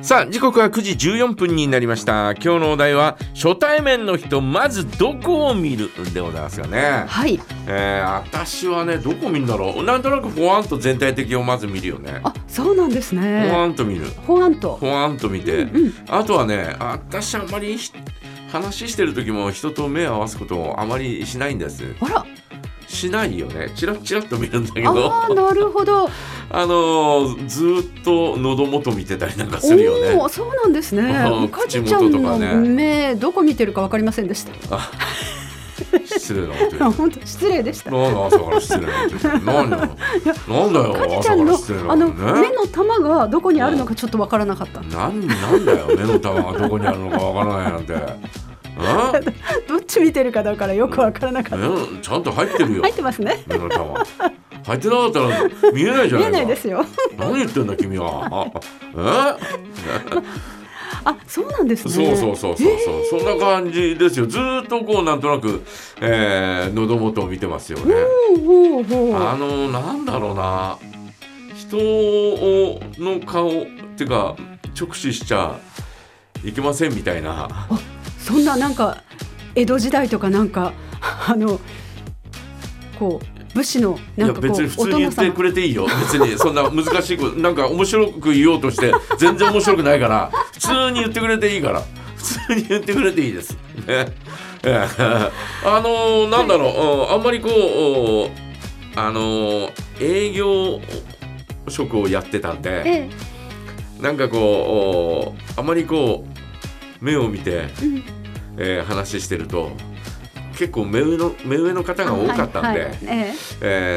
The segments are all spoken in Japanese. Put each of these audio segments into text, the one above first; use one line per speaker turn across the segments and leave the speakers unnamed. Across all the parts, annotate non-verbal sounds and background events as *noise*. さあ時刻は9時14分になりました今日のお題は初対面の人まずどこを見るでございますよね、
はい。
えー、私はねどこ見るんだろうなんとなくフォワンと全体的をまず見るよね
あ、そうなんです
フォ
ね。
ワンと見る
ほわんと
フ。ォワンと見て、
うん。
あとはねあ私あんまりひ話してる時も人と目を合わすことをあまりしないんです
あら、
しないよねチラッチラッと見るんだけど
ああ、なるほど。
あのーずーっと喉元見てたりなんかするよね
おお、そうなんですね
う。ん
かじちゃん
口元とか
の
ね
目、どこ見てるかわかりませんでした。
失礼なこと言
あ
う
本当失礼でした。
なんだ朝から失礼なこと言うなんだよなんだ
か
よ
じ
朝
ち
か
ゃん
ら
の
失礼なこ
あ
と
の
ね
目の玉がどこにあるのかちょっとわからなかった。
なんなんだよ目の玉がどこにあるのかわからないなんてう
どっち見てるかだからよくわからなかった。
んえちゃんと入ってるよ
入ってますね。
目の玉入ってなかったら見えないじゃ
見
ないか
えないですよ。
何言ってんだ君
*laughs*
はあ
あ、そうなんで
え
すね。
そうそうそうそうそう、そんな感じですよずーっとこうなんとなく、えー、喉元を見てますよね
ほうほうほう。
あのなんだろうな人をの顔っていうか直視しちゃいけませんみたいな
そんななんか江戸時代とかなんかあのこう武士の
い
な
や
んかこう
別に普通に
お
言
殿
って
様
くれていいよ別にそんな難しいことなんか面白く言おうとして全然面白くないから普通に言ってくれていいから普通に言ってくれていいです。ね、えーあのーなんだろう、うんあんまりこうおーあのー営業職をやってたんで
え
なんかこうおーあんまりこう目を見て、
えうん
えー話してると結構目上の目上の方が多かったんで。
はいはいえ
え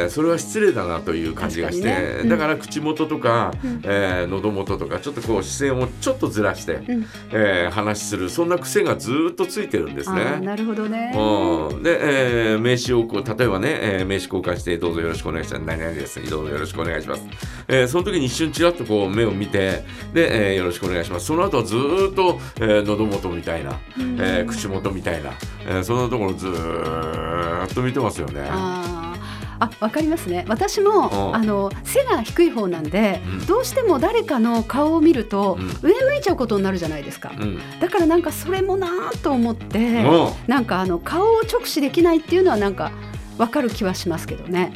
ーそれは失礼だなという感じがして、
確かにねうん
だから口元とか、
うん
えー喉元とかちょっとこう視線をちょっとずらして、
えうん
えー話しするそんな癖がずーっとついてるんです
あー
ね。
なるほどね
うん、で、えー名刺をこう例えばね、えー名刺交換してどうぞよろしくお願いします何々ですどうぞよろしくお願いします、えーその時に一瞬ちらっとこう目を見てで、えーよろしくお願いしますその後はずーっと、えー喉元みたいな、
うん
えー口元みたいな、えーそんなところずーっと見てますよね。
あーあわかりますね私も、
うん
あの背が低い方なんで、
うん
どうしても誰かの顔を見ると、
う
上向いちゃうことになるじゃないですか、
うん
だからなんかそれもなーと思って、
うん
なんかあの顔を直視できないっていうのはなんかわかる気はしますけどね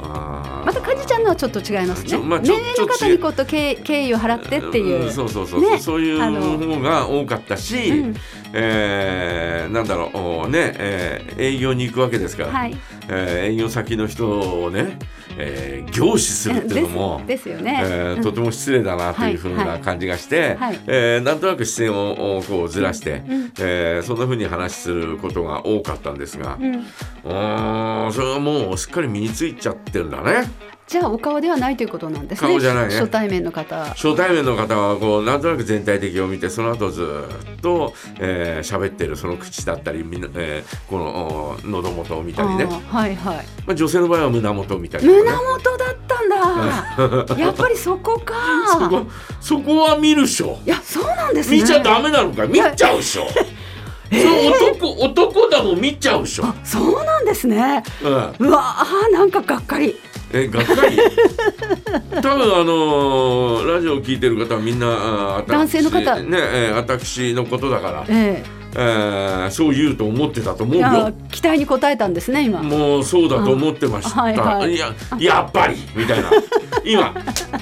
ま
ま
たカジちゃんのはちょっと違います
ち
ね。
ょまあ
年
ちょ
齢
ちょ
の
っと
方にこうと敬敬意を払ってっていう。
そうそうそうそう、
ね
そういう
あの
方が多かったし、
うん
えーなんだろうおーね、えー営業に行くわけですから、
はい。
えー営業先の人をね、えー凝視するっていうのも。
ですですよ
え
ね。
ー
うん
とても失礼だなというふう
は
ない感じがして、
はい
えーなんとなく視線をおこうずらして、
うん
えーそんなふうに話することが多かったんですが、
うん
うーんそれはもうしっかり身についちゃってるんだね。
じゃあお顔ではないということなんですね。
顔じゃないね
初対面の方。
初対面の方はこうなんとなく全体的を見てその後ずっと喋、えー、喋ってるその口だったりみんな、えーこのお喉元を見たりね
あーはいはい。
まあ、女性の場合は胸元を見たりと
胸
かね
元だったん
*laughs*
だ。やっぱりそこか。
そこそこは見るっしょ
いやそうなんですね。
見ちゃダメなのか見ちゃうっしょ、そう男男だもん見ちゃうっしょ、
そうなんですね。
うん、
うわあなんかがっかり。
えがっかり多分あのーラジオを聞いてる方はみんなあー
男性の方
私ね、えー私のことだから、
え
えーそう言うと思ってたと思
え。
う
い
よ
や期待に応えたんですね今。
もうそうだと思ってました。
あはいはい
ややっぱりみたいな今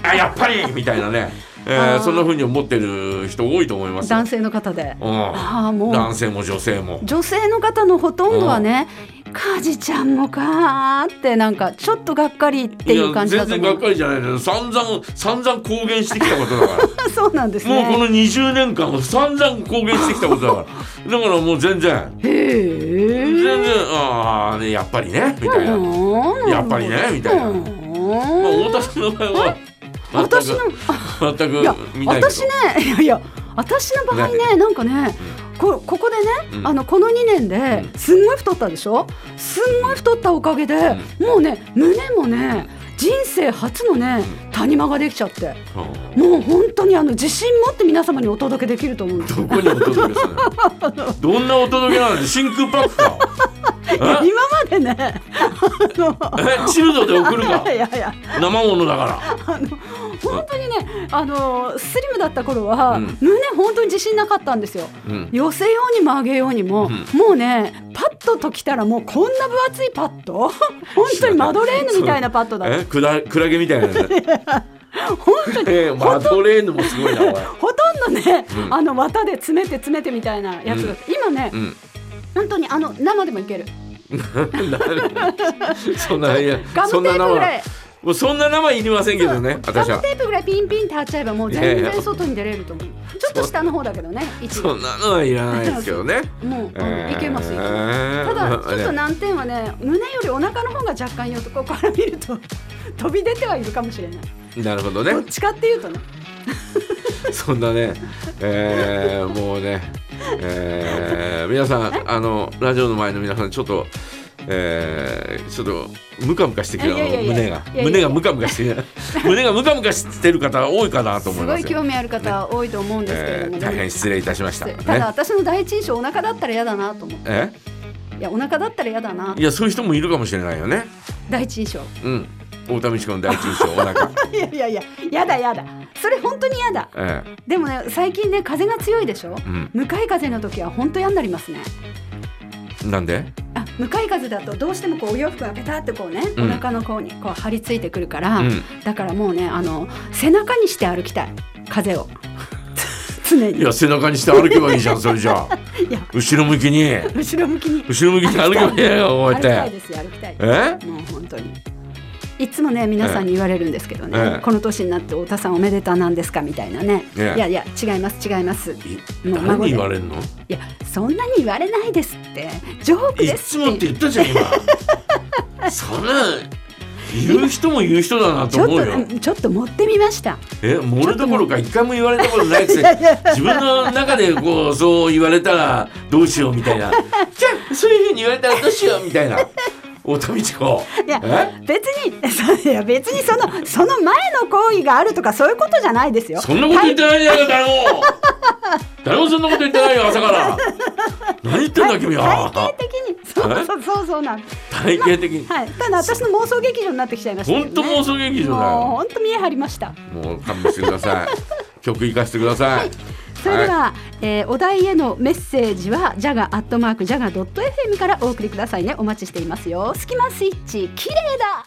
あやっぱりみたいなね、えー
あー
そんな風に思ってる人多いと思いますよ。
男性の方で。
うん
ああもう。
男性も女性も。
女性の方のほとんどはね「カジちゃんもか」ってなんかちょっとがっかりっていう感じだ
全
と
然が
思
っ
う
かりじゃないのよ散々散々公言してきたことだ
*laughs*
から
そうなんです
もうこ
ね
の20年間散々公言してきたこと
*laughs*
だからだからもう全然
へ
全
え
然ああ、ね、やっぱりねみたいな、まあ、やっぱりねみたいな太田さんの場合は全く
私の
全く
いや
見ないけど
私ねいやいや私の場合ねなんかねこここでね、
うん
あのこの2年ですんごい太ったでしょすんごい太ったおかげで、もうね胸もね人生初のね谷間ができちゃって。
うん
もう本当にあの自信持って皆様にお届けできると思うんです
どこにお届けするのどんなお届けなの真空パックか
今までねあの *laughs*
えチルドで送るか
いやいや
生ものだか
本当にね、あのスリムだった頃は、
うん
胸本当に自信なかったんですよ。
うん
寄せようにも上げようにも、
うん
もうねパッドときたらもうこんな分厚いパッ
*laughs*
ド本当にマドレーヌみたいなパッドだっ
えクラクラゲみたいなね、
た本当に
えー、マドレーヌもすごいなおい、
ほとんどね、
うん
あの綿で詰めて詰めてみたいなやつだった、今ね、 *laughs*
うん、
本当にあの生でもいける
そんないや
ガムテ
そんな
ープ
生
ぐらい
もうそんな生いりませんけどね
ガ
私
ム
は
テープぐらいピンピンって貼っちゃえばもう
いやい
全
や
然外に出れると思うちょっと下の方だけどね位置
そ
が
んなのはいらないですけ
*laughs*
どね
もうあのいけますいけます
た
ただちょっと難点はね胸よりお腹の方が若干よとここから見ると飛び出てはいるかもしれない
なるほどね
どっちかっていうとね
そんなね、えー、もうね、えー、皆さんあのラジオの前の皆さんちょっと。えー、ちょっとムカムカしてきたの
いやいやいや
胸が
いやいやいや
胸がムカムカしてき
*laughs*
た胸がムカムカしてる方多いかなと思
す
いま
ご
す
い
よ
興味ある方多いと思うんですけれ
え
ども、
ー、大変失礼いたしました、ね、
ただ私の第一印象お腹だったら嫌だなと思って
え
いやお腹だったら嫌だない
やそういう人もいるかもしれないよね
第一印象 *laughs*
うん大田道子の第一印象お腹、
いやいやいや嫌だ嫌だそれ本当に嫌だ
え
でもね最近ね風が強いでしょ、
ん
向かい風の時は本当嫌になりますね
ー、なんで
あ向かい風だとどうしてもこうお洋服がペタってこうね、
うん
お腹の方にこう張り付いてくるから、
うん
だからもうねあの背中にして歩きたい風を *laughs* 常に
いや背中にして歩けばいいじゃんそれじゃあ
いや
後ろ向きに
後ろ向きに
後ろ向きに歩けばいいよこう
歩
や
き
った
い
て
ですよ歩きたい
え
もう本当にいつもね皆さんに言われるんですけどね、
ええ
この年になって太田さんおめでたなんですかみたいなね、
ええ
いやいや違います違いますい
い
も
誰
う孫で
に言われるの
やそんなに言われないですってジョーク
い
で
つ
す
もって言ったじゃん
*laughs*
今そんな言う人も言う人だな
ち
と
ょっ
思うよ
とちょっと持ってみました
え漏れどころか一回も言われたことないくせに自分の中でこうそう言われたらどうしようみたいなじゃあそういうふうに言われたらどうしようみた
*laughs*
いな太田道子
いや
え
別に *laughs* そういや別にそのその前の行為があるとかそういうことじゃないですよ
そんなこと言ってないじゃないか誰も誰もそんなこと言ってないよ朝から何言ってんだ君は
体系的にそう
え
そうそうそうなん
体型的に
はいただ私の妄想劇場になってきちゃいました
本当妄
想
想劇場だよ
本当見え張りました
もう勘弁してください。曲行かせてください。
それでは、えーお題へのメッセージはジャガアットマークジャガドット FM からお送りくださいねお待ちしていますよ隙間スイッチ綺麗だ